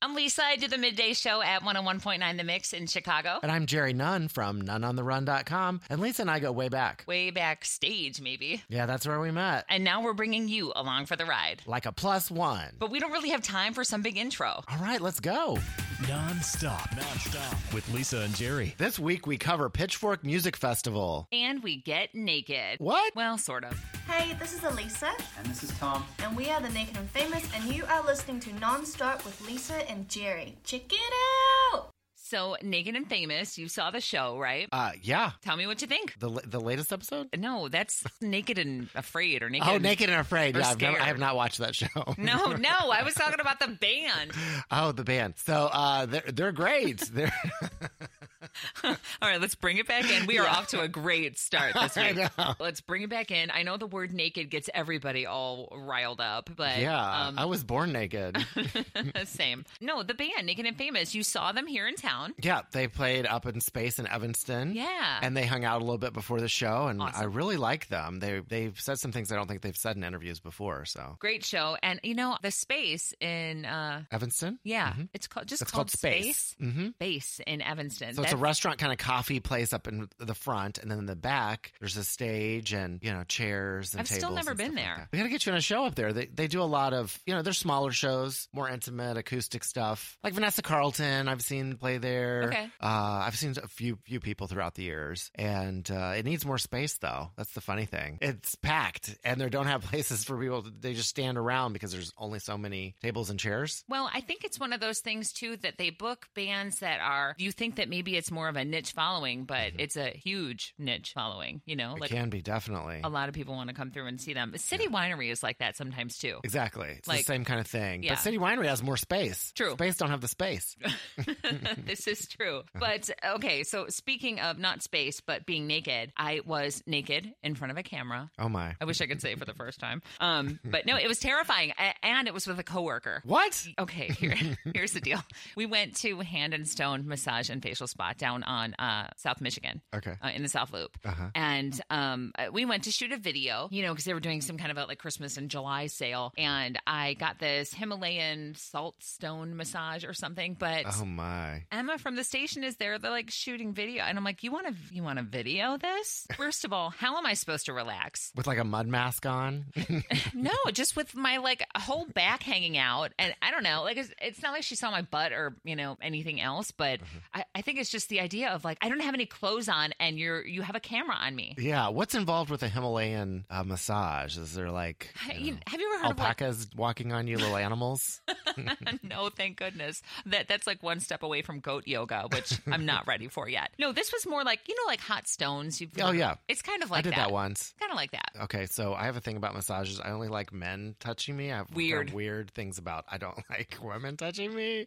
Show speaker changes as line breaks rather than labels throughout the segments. I'm Lisa. I do the midday show at 101.9 The Mix in Chicago.
And I'm Jerry Nunn from nunnontherun.com. And Lisa and I go way back.
Way backstage, maybe.
Yeah, that's where we met.
And now we're bringing you along for the ride.
Like a plus one.
But we don't really have time for some big intro.
All right, let's go.
Non-stop. Non-stop. With Lisa and Jerry.
This week we cover Pitchfork Music Festival.
And we get naked.
What?
Well, sort of.
Hey, this is Elisa,
And this is Tom.
and we are the Naked and Famous, and you are listening to Nonstop with Lisa and Jerry. Check it out!
So, Naked and Famous, you saw the show, right?
Uh, yeah.
Tell me what you think.
The, the latest episode?
No, that's Naked and Afraid or Naked.
Oh,
and-
Naked and Afraid.
Or
Yeah, I've never,
Scared.
I have not watched that show.
No, no, I was talking about the band.
Oh, the band. So uh, they're they're great. They're,
All right, let's bring it back in. We are off to a great start this
I
week. Let's bring it back in. I know the word naked gets everybody all riled up, but
yeah,
um,
I was born naked.
same. No, the band Naked and Famous. You saw them here in town.
yeah, they played up in space in Evanston.
Yeah.
and they hung out a little bit before the show, and I
Awesome.
really like them. They they've said some things I don't think they've said in interviews before. So
Great show. And you know, the space in uh
Evanston.
yeah, it's called just
Mm-hmm. It's
called,
called Space.
Mm-hmm. Base in Evanston.
So it's a
That's-
restaurant kind of coffee place up in the front, and then in the back there's a stage and you know chairs and
I've still
tables
never
and
been
stuff like
there.
that. we got to get you on a show up there. They they do a lot of you know they're smaller shows, more intimate acoustic stuff. Like Vanessa Carlton, I've seen play there.
Okay.
uh, I've seen a few few people throughout the years, and uh, it needs more space though. That's the funny thing. It's packed, and they don't have places for people. They just stand around because there's only so many tables and chairs.
well, I think it's one of those things too that they book bands that are you think that maybe it's more of a niche following, but it's a huge niche following, you know?
Mm-hmm. it can be definitely.
a lot of people want to come through and see them. City Winery is like that sometimes too.
Exactly. It's
Like-
the same kind of thing.
Yeah.
But City Winery has more space.
True.
Space don't have the space.
this is true. But okay, so speaking of not space, but being naked, I was naked in front of a camera.
Oh my.
I wish I could say for the first time. Um, but no, it was terrifying. A- and it was with a coworker.
What?
Okay, here, here's the deal. We went to Hand and Stone Massage and Facial Spa down on uh, South Michigan.
Okay. Uh-huh.
Uh, in the South Loop. And um, uh, we went to shoot a video, you know, because they were doing some kind of a like Christmas and July sale. And I got this Himalayan salt stone massage or something. But
Oh my.
Emma from the station is there. They're like shooting video, and I'm like, "You want to? You want to video this? First of all, how am I supposed to relax?
With like a mud mask on.
No, just with my like whole back hanging out, and I don't know. Like, it's, it's not like she saw my butt or you know anything else, but
Mm-hmm.
I, I think it's just the idea of like I don't have any clothes on, and you're you have a camera on me.
yeah. What's involved with a Himalayan uh, massage? Is there like
Hey,
you
you-
know,
have you ever heard
alpacas walking on you, little animals?
of like? no, thank goodness that that's like one step away from goat yoga, which I'm not ready for yet. No, this was more like you know like hot stones. You've,
Oh, yeah.
it's kind of like
I did that, once.
Kind of like that.
Okay, so I have a thing about massages. I only like men touching me. I have kind of
Weird.
weird things about I don't like women touching me.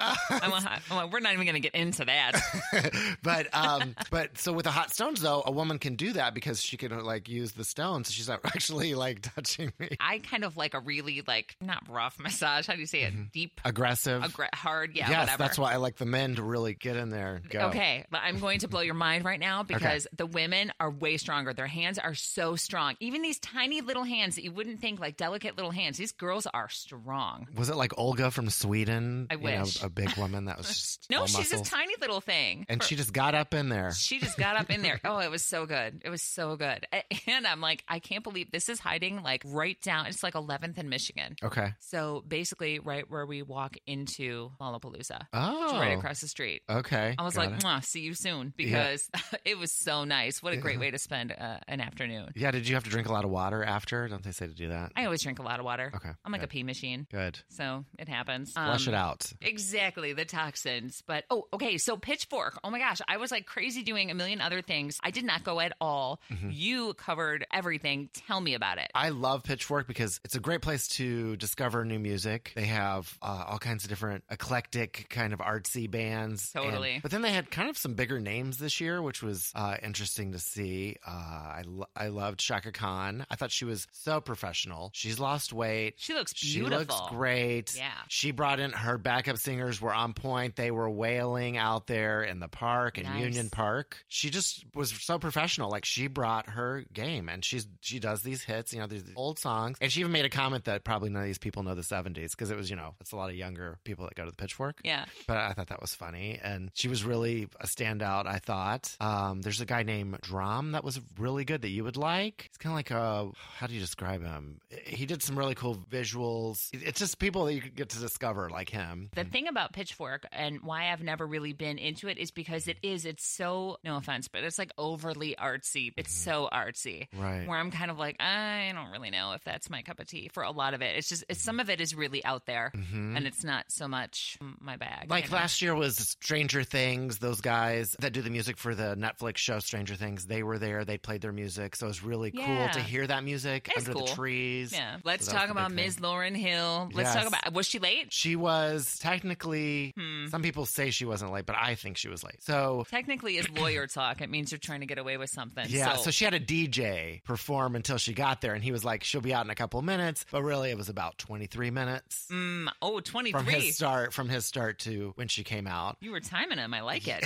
I'm like, I'm like, we're not even going to get into that.
but um but so with the hot stones though, a woman can do that because she can like use the stones. She's not actually like touching me.
I kind of like a really like not rough massage. How do you say it? Deep,
Aggressive.
aggr- hard. Yeah,
Mm-hmm. yes,
whatever.
that's why I like the men to really get in there. and Go.
Okay, but I'm going to blow your mind right now because the women are way stronger. Their hands are so strong. Even these tiny little hands that you wouldn't think like delicate little hands. These girls are strong.
Was it like Olga from Sweden?
I
You know,
wish.
a big woman that was just
No,
all
she's
muscle.
this tiny little thing.
and she just got up in there.
She just got up in there. Oh, it was so good. It was so good. A- And I'm like, I can't believe this is hiding like right down. It's like 11th in Michigan.
Okay.
So basically, right where we walk into Lollapalooza,
Oh.
It's right across the street.
Okay.
I was
got
like,
it.
"Mwah, see you soon because it was so nice. What a great way to spend uh, an afternoon.
yeah. Did you have to drink a lot of water after? Don't they say to do that?
I always drink a lot of water.
Okay,
I'm like a
good.
pee machine.
Good.
So it happens.
Flush
Um,
it out.
Exactly, the toxins. But oh, okay, so Pitchfork. Oh my gosh, I was like crazy doing a million other things. I did not go at all.
Mm-hmm.
You covered everything. Tell me about it.
I love Pitchfork because it's a great place to discover new music. They have uh, all kinds of different eclectic, kind of artsy bands. and-
Totally.
but then they had kind of some bigger names this year, which was uh, interesting to see. Uh, I lo- I loved Shaka Khan. I thought she was so professional. She's lost weight.
She looks
She looks
beautiful.
great.
Yeah.
She brought in her backup singers were on point. They were wailing out there. theater in the park in
Nice.
Union Park. She just was so professional. Like she brought her game and she's she does these hits, you know, these old songs. And she even made a comment that probably none of these people know the 70s because it was, you know, it's a lot of younger people that go to the pitchfork.
Yeah.
But I thought that was funny. And she was really a standout, I thought. Um, there's a guy named Drom that was really good that you would like. It's kind of like a, how do you describe him? He did some really cool visuals. It's just people that you could get to discover like him.
The thing about Pitchfork and why I've never really been into it is because it is, it's so, no offense, but it's like overly artsy. It's so artsy.
Mm-hmm. Right.
Where I'm kind of like, I don't really know if that's my cup of tea for a lot of it. It's just,
Mm-hmm.
it's, some of it is really out there and it's not so much my bag.
Like
you know?
last year was Stranger Things. Those guys that do the music for the Netflix show Stranger Things, they were there. They played their music, so it was really
Yeah.
cool to hear that music
It's
under the
cool.
trees.
Yeah. Let's
So
talk
that was the big
about
thing.
Ms. Lauren Hill. Let's
Yes.
talk about, was she late?
She was technically.
Hmm.
Some people say she wasn't late, but I think she was late. So
Technically, is lawyer talk. It means you're trying to get away with something.
Yeah,
So,
so, she had a DJ perform until she got there, and he was like, "She'll be out in a couple minutes," but really it was about twenty three minutes
mm, oh,
from
23.
his start from his start to when she came out.
you were timing him. I like it.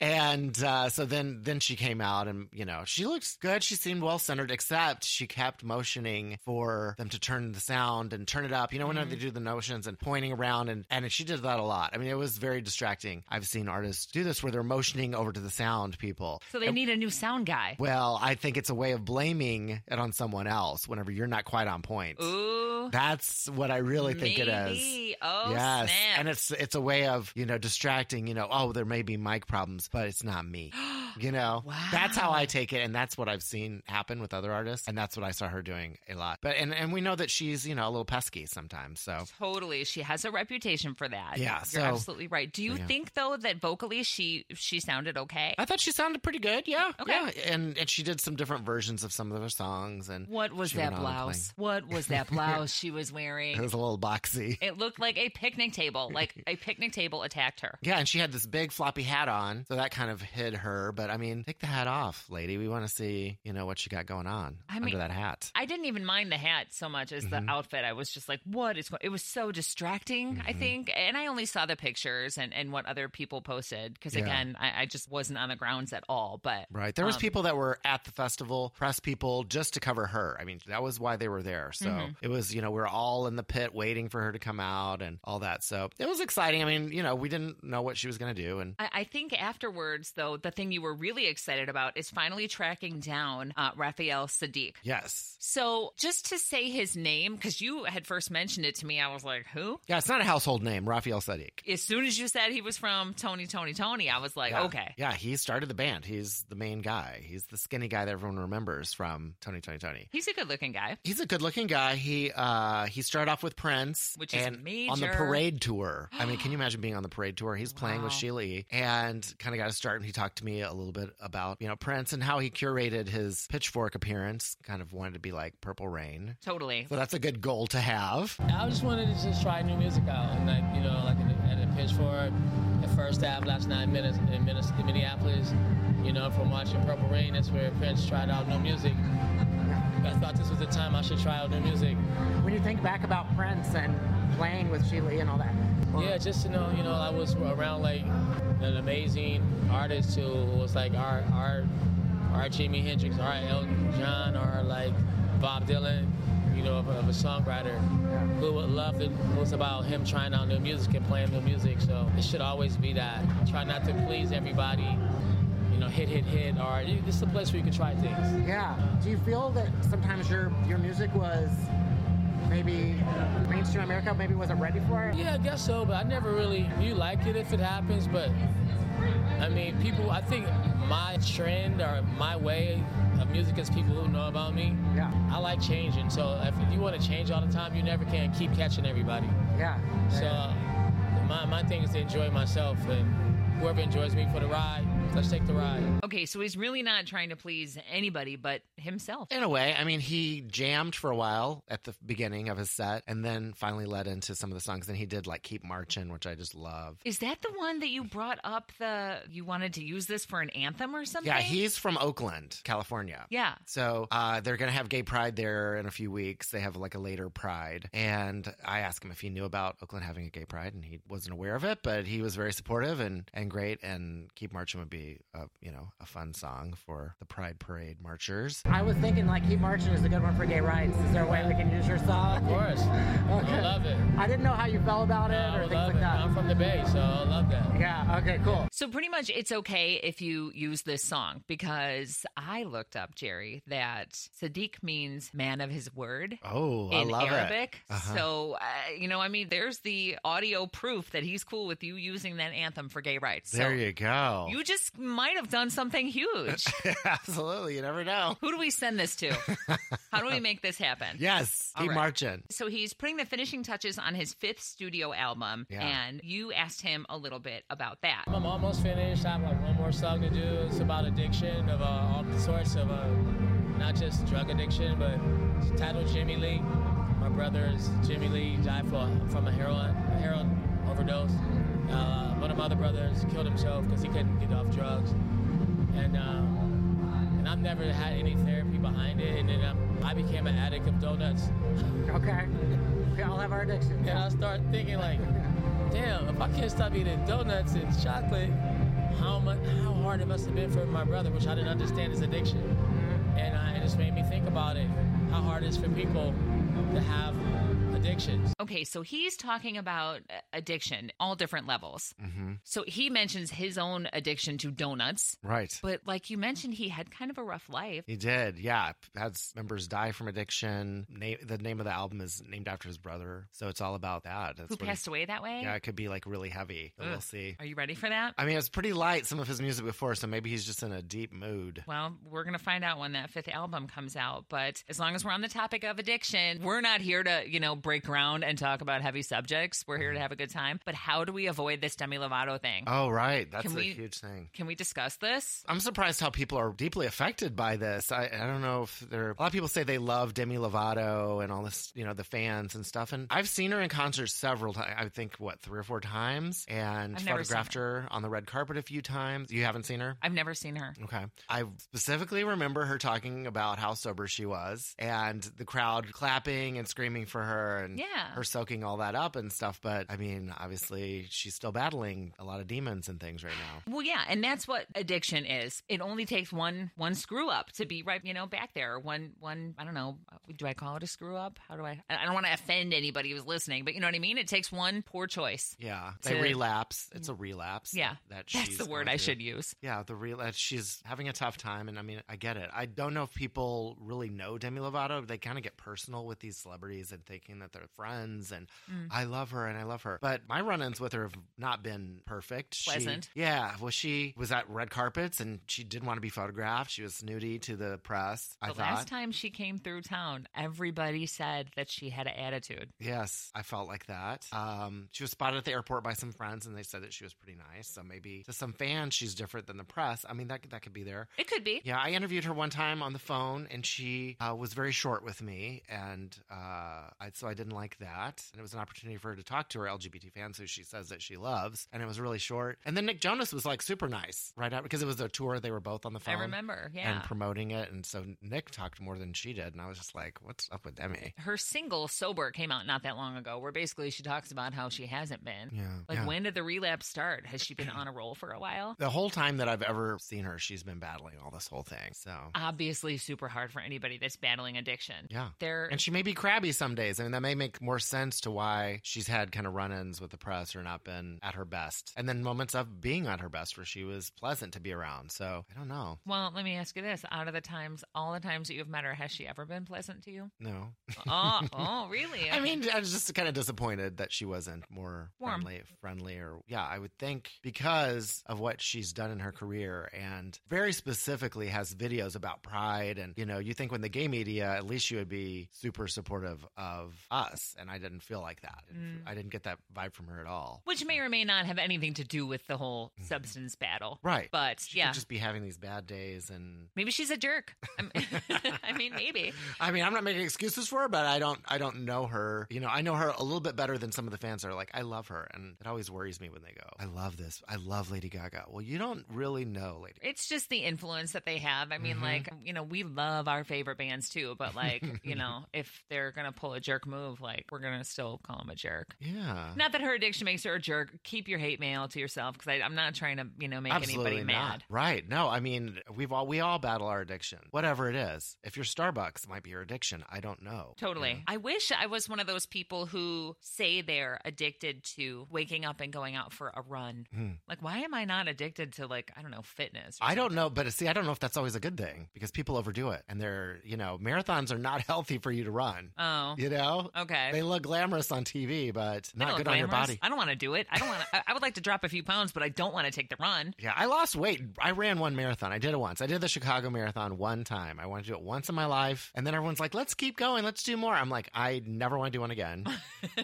and uh, so then then she came out, and you know she looked good. She seemed well centered, except she kept motioning for them to turn the sound and turn it up. You know, whenever they
Mm-hmm.
do the notions and pointing around, and and she did that a lot. I mean, it was very distracting. I've seen artists do this where they're motioning over to the sound people.
So they need a new sound guy.
Well, I think it's a way of blaming it on someone else whenever you're not quite on point.
Ooh.
That's what I really think it is.
Maybe. Oh,
yes,
snap.
and it's it's a way of you know distracting. You know, oh, there may be mic problems, but it's not me. You know, that's how I take it, and that's what I've seen happen with other artists, and that's what I saw her doing a lot. But and and we know that she's you know a little pesky sometimes. So
totally. She has a reputation for that.
Yeah,
You're
so-
absolutely right. Do you think though that vocally she she sounded okay?
I thought she sounded pretty good. Yeah,
Okay.
yeah, and and she did some different versions of some of her songs, and
What was
she
that
went on and
blouse? What was that blouse she was wearing?
played. It was a little boxy.
It looked like a picnic table. Like a picnic table attacked her.
Yeah, and she had this big floppy hat on, so that kind of hid her. But I mean, take the hat off, lady. We want to see, you know, what she got going on
I
under
mean-
that hat.
I didn't even mind the hat so much as
Mm-hmm.
the outfit. I was just like, what is going It was so distracting,
Mm-hmm.
I think. And I only saw the pictures and, and what other people posted because,
Yeah.
again, I, I just wasn't on the grounds at all. But
Right. There was
um,
people that were at the festival, press people, just to cover her. I mean, that was why they were there. So
Mm-hmm.
it was, you know, we were all in the pit waiting for her to come out and all that. So it was exciting. I mean, you know, we didn't know what she was going to do, and
I, I think afterwards, though, the thing you were really excited about is finally tracking down uh, Raphael Sadiq.
yes.
So, just to say his name, because you had first mentioned it to me, I was like, who?
Yeah, it's not a household name, Raphael Sadiq.
As soon as you said he was from Tony, Tony, Tony, I was like,
Yeah.
okay.
Yeah, he started the band. He's the main guy. He's the skinny guy that everyone remembers from Tony, Tony, Tony.
He's a good looking guy.
He's a good-looking guy. He uh he started off with Prince,
Which is
and on the
major.
parade tour. I mean, can you imagine being on the parade tour? He's playing with
Wow.
Sheila E. and kind of got a start. And he talked to me a little bit about you know Prince and how he curated his pitchfork appearance. Kind of wanted to be like Purple Rain,
Totally.
so that's a good goal to have.
I just wanted to just try new music out, and like you know, like at a pitch for the first half, last nine minutes in Minnes- in Minneapolis. You know, from watching Purple Rain, that's where Prince tried out new music. I thought this was the time I should try out new music.
when you think back about Prince and playing with Sheila E. and all that.
Yeah, just to know, you know, I was around like an amazing artist who was like our our our Jimi Hendrix, our Elton John, or like Bob Dylan, you know, of, a- of a songwriter who would love it. It was about him trying out new music and playing new music. So it should always be that. Try not to please everybody. You know, hit, hit, hit, or this is a place where you can try things.
Yeah. Do you feel that sometimes your your music was maybe mainstream America maybe wasn't ready for it?
Yeah, I guess so, but I never really you like it if it happens, but I mean people I think my trend or my way of music is people who know about me.
Yeah.
I like changing. So if you want to change all the time, you never can keep catching everybody.
Yeah.
So my my thing is to enjoy myself and whoever enjoys me for the ride, Let's take the ride.
Okay, so he's really not trying to please anybody but himself.
In a way, I mean, he jammed for a while at the beginning of his set and then finally led into some of the songs. And he did like Keep Marching, which I just love.
Is that the one that you brought up the you wanted to use this for an anthem or something?
Yeah, he's from Oakland, California.
Yeah.
So uh, they're going to have gay pride there in a few weeks. They have like a later pride. And I asked him if he knew about Oakland having a gay pride and he wasn't aware of it, but he was very supportive and, and great. And Keep Marching would be, a, you know, a fun song for the Pride Parade marchers.
I was thinking like Keep Marching is a good one for gay rights. Is there a way we can use your
Of
song?
course. I love it.
I didn't know how you felt about it
I
or
would
things
love
like
it.
that.
I'm from the Bay, so I love that.
Yeah, okay, cool.
So pretty much it's okay if you use this song because I looked up Jerry that Sadiq means man of his word.
Oh, I
in
love it.
Arabic.
Uh-huh.
So, uh, you know, I mean, there's the audio proof that he's cool with you using that anthem for gay rights. So
There you go.
you just might have done something huge.
Absolutely. You never know.
Who do we send this to? How do we make this happen?
Yes.
All
Keep
right.
Marching.
So he's putting the finishing touches on his fifth studio album,
Yeah.
and you asked him a little bit about that.
I'm almost finished. I have like one more song to do. It's about addiction of uh, all sorts of uh, not just drug addiction, but it's titled Jimmy Lee. My brother is Jimmy Lee. Died from from a heroin heroin overdose. Uh, one of my other brothers killed himself because he couldn't get off drugs. And um, and I've never had any therapy behind it. And then um, i I became an addict of donuts.
Okay. We all have our addictions.
And I start thinking like, damn, if I can't stop eating donuts and chocolate, how much, how hard it must have been for my brother, which I didn't understand his addiction. And I, it just made me think about it, how hard it is for people to have addictions.
Okay, so he's talking about uh, addiction, all different levels.
Mhm.
So he mentions his own addiction to donuts,
Right.
but like you mentioned, he had kind of a rough life.
He did, yeah. Had s- members die from addiction. Name, the name of the album is named after his brother, so it's all about that. That's
Who
what
passed away that way?
Yeah, it could be like really heavy. but We'll
Ugh.
see.
Are you ready for that?
I mean, it's pretty light some of his music before, so maybe he's just in a deep mood.
Well, we're going to find out when that fifth album comes out. But as long as we're on the topic of addiction, we're not here to, you know, break ground and talk about heavy subjects. We're
Mm-hmm.
here to have a good time. But how do we avoid this Demi Lovato thing?
Oh, right, that's
Can
a
we-
huge thing.
Can we discuss this?
I'm surprised how people are deeply affected by this. I, I don't know if there a lot of people say they love Demi Lovato and all this, you know, the fans and stuff. And I've seen her in concert several times. I think what three or four times, and
I've never seen
photographed her on the red carpet a few times. You haven't seen her?
I've never seen her.
Okay. I specifically remember her talking about how sober she was and the crowd clapping and screaming for her and
Yeah.
her soaking all that up and stuff. But I mean, obviously, she's still battling a lot of demons and things right now.
Well, yeah, and that's what addiction is. It only takes one one screw up to be right, you know, back there. One one, I don't know. uh, Do I call it a screw up? How do I? I don't want to offend anybody who's listening, but you know what I mean. It takes one poor choice.
Yeah. They
To-
relapse. It's a relapse.
Yeah,
That she's
that's the
going
word I
through.
should use.
Yeah, the real that she's having a tough time, and I mean, I get it. I don't know if people really know Demi Lovato. They kind of get personal with these celebrities and thinking that they're friends. And
Mm.
I love her, and I love her. But my run-ins with her have not been perfect. She-
Pleasant.
yeah. Well, she was at red carpets, and she didn't want to be photographed. She was snooty to the press. I
The
thought.
last time she came through town, everybody said that she had an attitude.
Yes, I felt like that. Um, she was spotted at the airport by some friends, and they said that she was pretty nice. So maybe to some fans, she's different than the press. I mean, that could- that could be there.
It could be.
Yeah, I interviewed her one time on the phone, and she uh, was very short with me, and uh, I, so I didn't like that. And it was an opportunity for her to talk to her LGBT fans, who she says that she loves, and it was really short. And then Nick Jonas was like super nice right out because it was a tour; they were both on the phone.
I remember. Yeah.
And promoting it, and so Nick talked more than she did, and I was just like, "What's up with Demi?"
her single Sober came out not that long ago, where basically she talks about how she hasn't been.
Yeah,
Like,
yeah.
when did the relapse start? Has she been on a roll for a while?
The whole time that I've ever seen her, she's been battling all this whole thing. So
Obviously, super hard for anybody that's battling addiction.
Yeah.
They're.
And she may be crabby some days. I mean, that may make more sense to why she's had kind of run ins with the press or not been at her best. And then moments of being at her best where she was pleasant to be around. So I don't know.
well, let me ask you this: Out of the times, all the times that you've met her, has she ever been pleasant to you?
No.
oh, oh, really?
I mean, I was just kind of disappointed that she wasn't more
Warm.
friendly, friendly, or yeah, I would think because of what she's done in her career and very specifically has videos about pride. And, you know, you think when the gay media, at least you would be super supportive of us, and I didn't feel like that. I didn't get that vibe from her at all.
Which may or may not have anything to do with the whole substance battle.
Mm-hmm. Right.
But
She could
yeah,
just be having these bad days, and
maybe she's a jerk. I'm- I mean, maybe.
I mean, I'm not making excuses for her, but I don't, I don't know her. You know, I know her a little bit better than some of the fans are. Like, I love her, and it always worries me when they go, "I love this, I love Lady Gaga." Well, you don't really know Lady.
It's just the influence that they have. I mean,
Mm-hmm.
like, you know, we love our favorite bands too, but like, you know, if they're going to pull a jerk move, like, we're going to still call them a jerk.
Yeah,
Not that her addiction makes her a jerk. Keep your hate mail to yourself because I'm not trying to, you know, make anybody mad.
Right? No, I mean, we've all we all battle our addiction, whatever it is. If your Starbucks it might be your addiction, I don't know.
Totally. I wish I was one of those people who say they're addicted to waking up and going out for a run. Like, why am I not addicted to, like, I don't know, fitness? or
Hmm. I don't know, but uh, see, I don't know if that's always a good thing because people overdo it, and they're you know marathons are not healthy for you to run.
something? Oh,
You know,
okay.
they look glamorous on TV, but
I don't
not good
look
on your
glamorous.
body.
I don't want to do it. I don't want. I, I would like to drop a few pounds, but I don't want to take the run.
Yeah, I lost weight. I ran one marathon. I did it once. I did the Chicago Marathon one time. I wanted to do it once in my life. And then everyone's like, let's keep going. Let's do more. I'm like, I never want to do one again.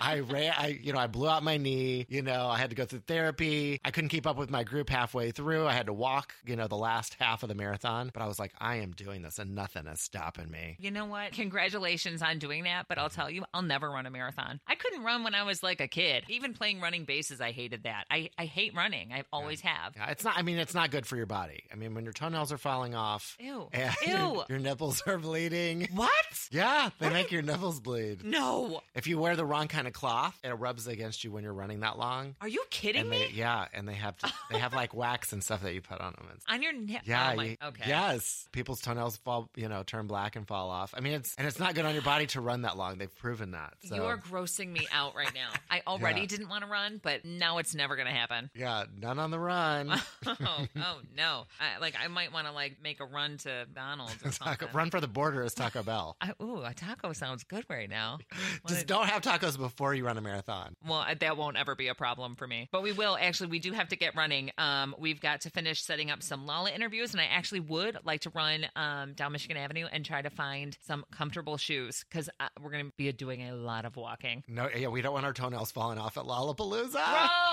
I ran, I, you know, I blew out my knee. You know, I had to go through therapy. I couldn't keep up with my group halfway through. I had to walk, you know, the last half of the marathon. But I was like, I am doing this and nothing is stopping me.
You know what? Congratulations on doing that, but
Mm-hmm.
I'll tell you, I'll never run a marathon. I couldn't run when I was like a kid. Even playing running bases, I hated that. I, I hate running. I always have.
Yeah, it's not, I mean, it's not good for your body. I mean, when your toenails are falling off
Ew.
and
Ew.
your nipples are bleeding.
What?
Yeah, they make your nipples bleed.
No.
If you wear the wrong kind of cloth, it rubs against you when you're running that long.
Are you kidding
And
me?
they, yeah, and they have to, they have like wax and stuff that you put on them. And
on your neck?
yeah,
Oh my-
you-
okay.
yes, people's toenails fall, you know, turn black and fall off. I mean, it's and it's not good on your body to run that long. They've proven that. So
You are grossing me out right now. I already
Yeah.
didn't want to run, but now it's never going to happen.
yeah, none on the run.
oh, oh no! I, like I might want to like make a run to Donald's or something.
Taco, run for the border is Taco Bell.
I, ooh, a taco sounds good right now.
Just don't have tacos before you run a marathon.
Well, I- that won't ever be a problem for me. But we will actually. We do have to get running. Um, we've got to finish setting up some Lala interviews, and I actually would like to run um, down Michigan Avenue and try to find some comfortable shoes because we're going to be doing a lot of walking.
No, yeah, we don't want our toenails falling off at Lollapalooza.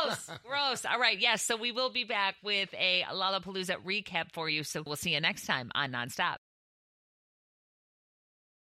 Gross, gross. All right, yes. So we will be back with a Lollapalooza recap for you. So we'll see you next time on Nonstop.